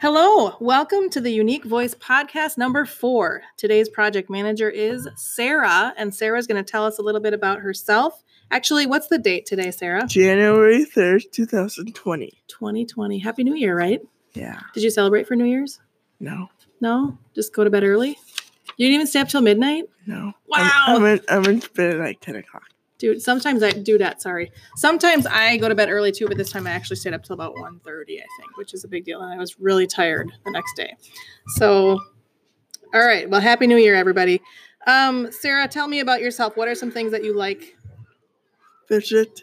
Hello, welcome to the Unique Voice podcast number four. Today's project manager is Sarah, and Sarah's going to tell us a little bit about herself. Actually, what's the date today, Sarah? January 3rd, 2020. 2020. Happy New Year, right? Yeah. Did you celebrate for New Year's? No, No? Just go to bed early? You didn't even stay up till midnight? no. Wow. I'm, I'm, in, I'm in bed at like 10 o'clock. Dude, sometimes I do that, sorry. Sometimes I go to bed early too, but this time I actually stayed up till about 1.30, I think, which is a big deal. And I was really tired the next day. So, all right. Well, Happy New Year, everybody. Um, Sarah, tell me about yourself. What are some things that you like? Fidget.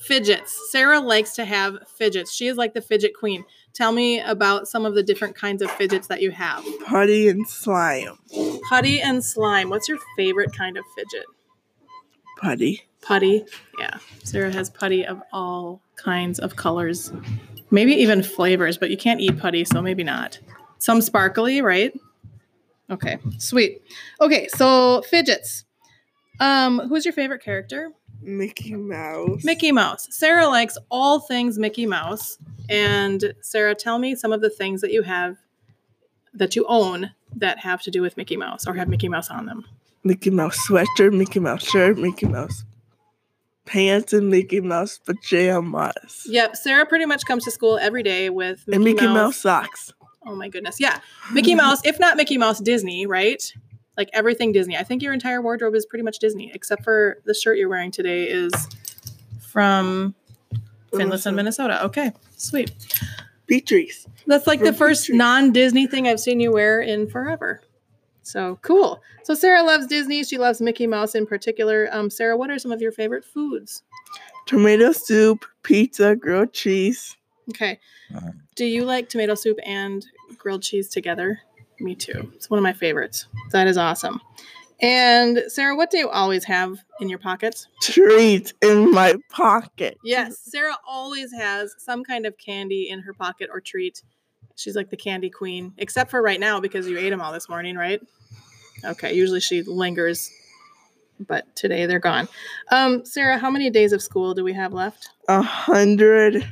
Fidgets. Sarah likes to have fidgets. She is like the fidget queen. Tell me about some of the different kinds of fidgets that you have. Putty and slime. Putty and slime. What's your favorite kind of fidget? Putty. putty. Yeah. Sarah has putty of all kinds of colors, maybe even flavors, but you can't eat putty, so maybe not. Some sparkly, right? Okay, sweet. Okay, so fidgets. Um, who's your favorite character? Mickey Mouse. Mickey Mouse. Sarah likes all things Mickey Mouse. And Sarah, tell me some of the things that you have that you own that have to do with Mickey Mouse or have Mickey Mouse on them. Mickey Mouse sweater, Mickey Mouse shirt, Mickey Mouse pants, and Mickey Mouse pajamas. Yep, Sarah pretty much comes to school every day with Mickey, and Mickey Mouse. Mouse socks. Oh my goodness. Yeah. Mickey Mouse, if not Mickey Mouse, Disney, right? Like everything Disney. I think your entire wardrobe is pretty much Disney, except for the shirt you're wearing today is from Finlayson, Minnesota. Okay, sweet. Beatrice. That's like the From first Petrie. non Disney thing I've seen you wear in forever. So cool. So Sarah loves Disney. She loves Mickey Mouse in particular. Um, Sarah, what are some of your favorite foods? Tomato soup, pizza, grilled cheese. Okay. Do you like tomato soup and grilled cheese together? Me too. It's one of my favorites. That is awesome. And Sarah, what do you always have in your pockets? Treat in my pocket. Yes, Sarah always has some kind of candy in her pocket or treat. She's like the candy queen, except for right now because you ate them all this morning, right? Okay, usually she lingers, but today they're gone. Um, Sarah, how many days of school do we have left? A hundred.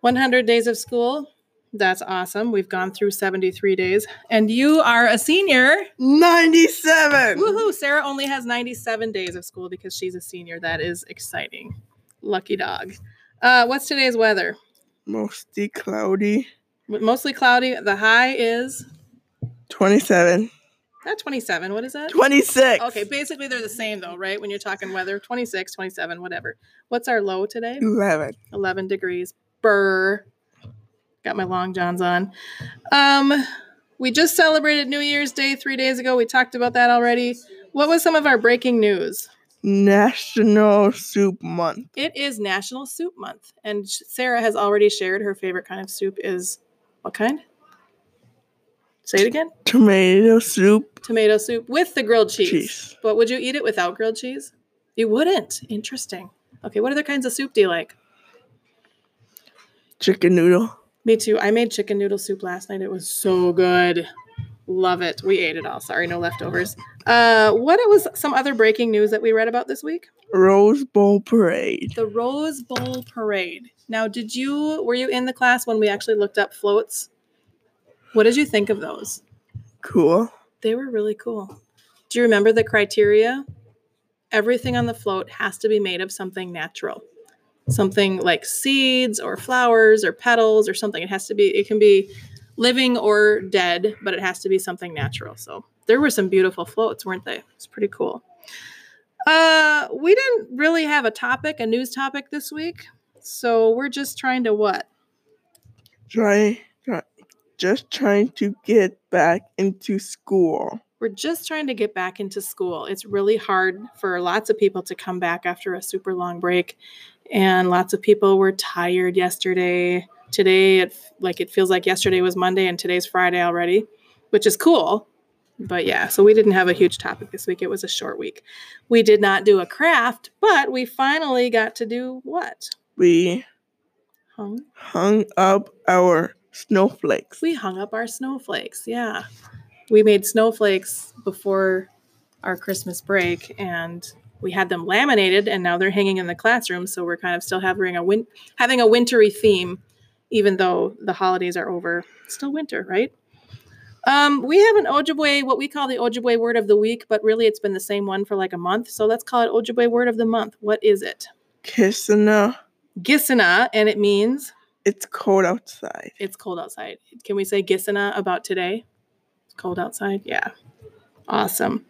100 days of school. That's awesome. We've gone through 73 days. And you are a senior. 97. Woohoo! Sarah only has 97 days of school because she's a senior. That is exciting. Lucky dog. Uh, what's today's weather? Mostly cloudy. M- Mostly cloudy. The high is 27. not 27. What is that? 26. Okay, basically they're the same though, right? When you're talking weather, 26, 27, whatever. What's our low today? 11. 11 degrees. Burr. Got my long johns on. Um, we just celebrated New Year's Day three days ago. We talked about that already. What was some of our breaking news? National Soup Month. It is National Soup Month, and Sh- Sarah has already shared her favorite kind of soup is what kind? Say it again. Tomato soup. Tomato soup with the grilled cheese. Cheese. But would you eat it without grilled cheese? You wouldn't. Interesting. Okay, what other kinds of soup do you like? Chicken noodle. Me too. I made chicken noodle soup last night. It was so good. Love it. We ate it all. Sorry, no leftovers. Uh, what was some other breaking news that we read about this week? Rose Bowl Parade. The Rose Bowl parade. Now, did you were you in the class when we actually looked up floats? What did you think of those? Cool. They were really cool. Do you remember the criteria? Everything on the float has to be made of something natural. Something like seeds or flowers or petals or something. It has to be it can be living or dead, but it has to be something natural. So there were some beautiful floats, weren't they? It's pretty cool. Uh we didn't really have a topic, a news topic this week. So we're just trying to what? Try, try, just trying to get back into school. we're just trying to get back into school. It's really hard for lots of people to come back after a super long break. And lots of people were tired yesterday. Today, it, f- like it feels like yesterday was Monday and today's Friday already, which is cool. But yeah, so we didn't have a huge topic this week. It was a short week. We did not do a craft, but we finally got to do what? We Hung hung up our snowflakes. we hung up our snowflakes. Yeah. We made snowflakes before our Christmas break and we had them laminated and now they're hanging in the classroom so we're kind of still having a win- having a wintry theme even though the holidays are over. It's still winter, right? Um, we have an Ojibwe, what we call the Ojibwe word of the week, but really it's been the same one for like a month. So let's call it Ojibwe word of the month. What is it? Kissina. Gisina, and it means It's cold outside. it's cold outside. Can we say Gisina about today? It's cold outside. Yeah. Awesome.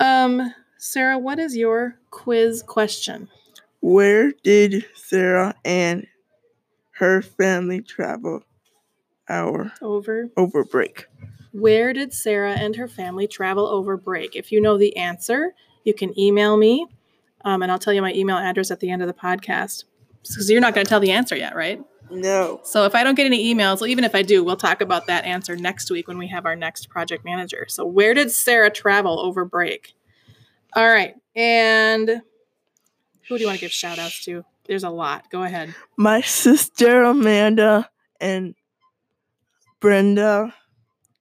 Um, Sarah, what is your quiz question? Where did Sarah and her family travel our Over. over break? Where did Sarah and her family travel over break? If you know the answer, you can email me, um, and I'll tell you my email address at the end of the podcast. Because you're not going to tell the answer yet, right? No. So if I don't get any emails, well, even if I do, we'll talk about that answer next week when we have our next project manager. So where did Sarah travel over break? All right. And who do you want to give shout outs to? There's a lot. Go ahead. My sister Amanda and Brenda.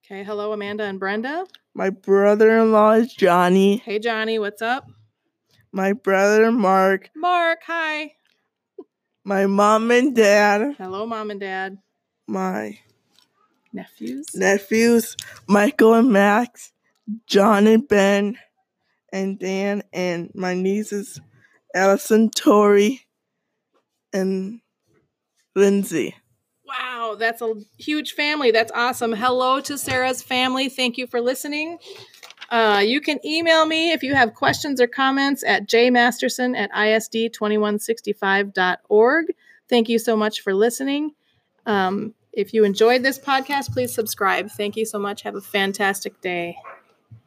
Okay. Hello, Amanda and Brenda. My brother in law is Johnny. Hey, Johnny. What's up? My brother Mark. Mark. Hi. My mom and dad. Hello, mom and dad. My Nephews. nephews, Michael and Max, John and Ben, and Dan, and my nieces, Allison, Tori, and Lindsay. Wow, that's a huge family. That's awesome. Hello to Sarah's family. Thank you for listening. Uh, you can email me if you have questions or comments at jmasterson at isd2165.org. Thank you so much for listening. Um, if you enjoyed this podcast, please subscribe. Thank you so much. Have a fantastic day.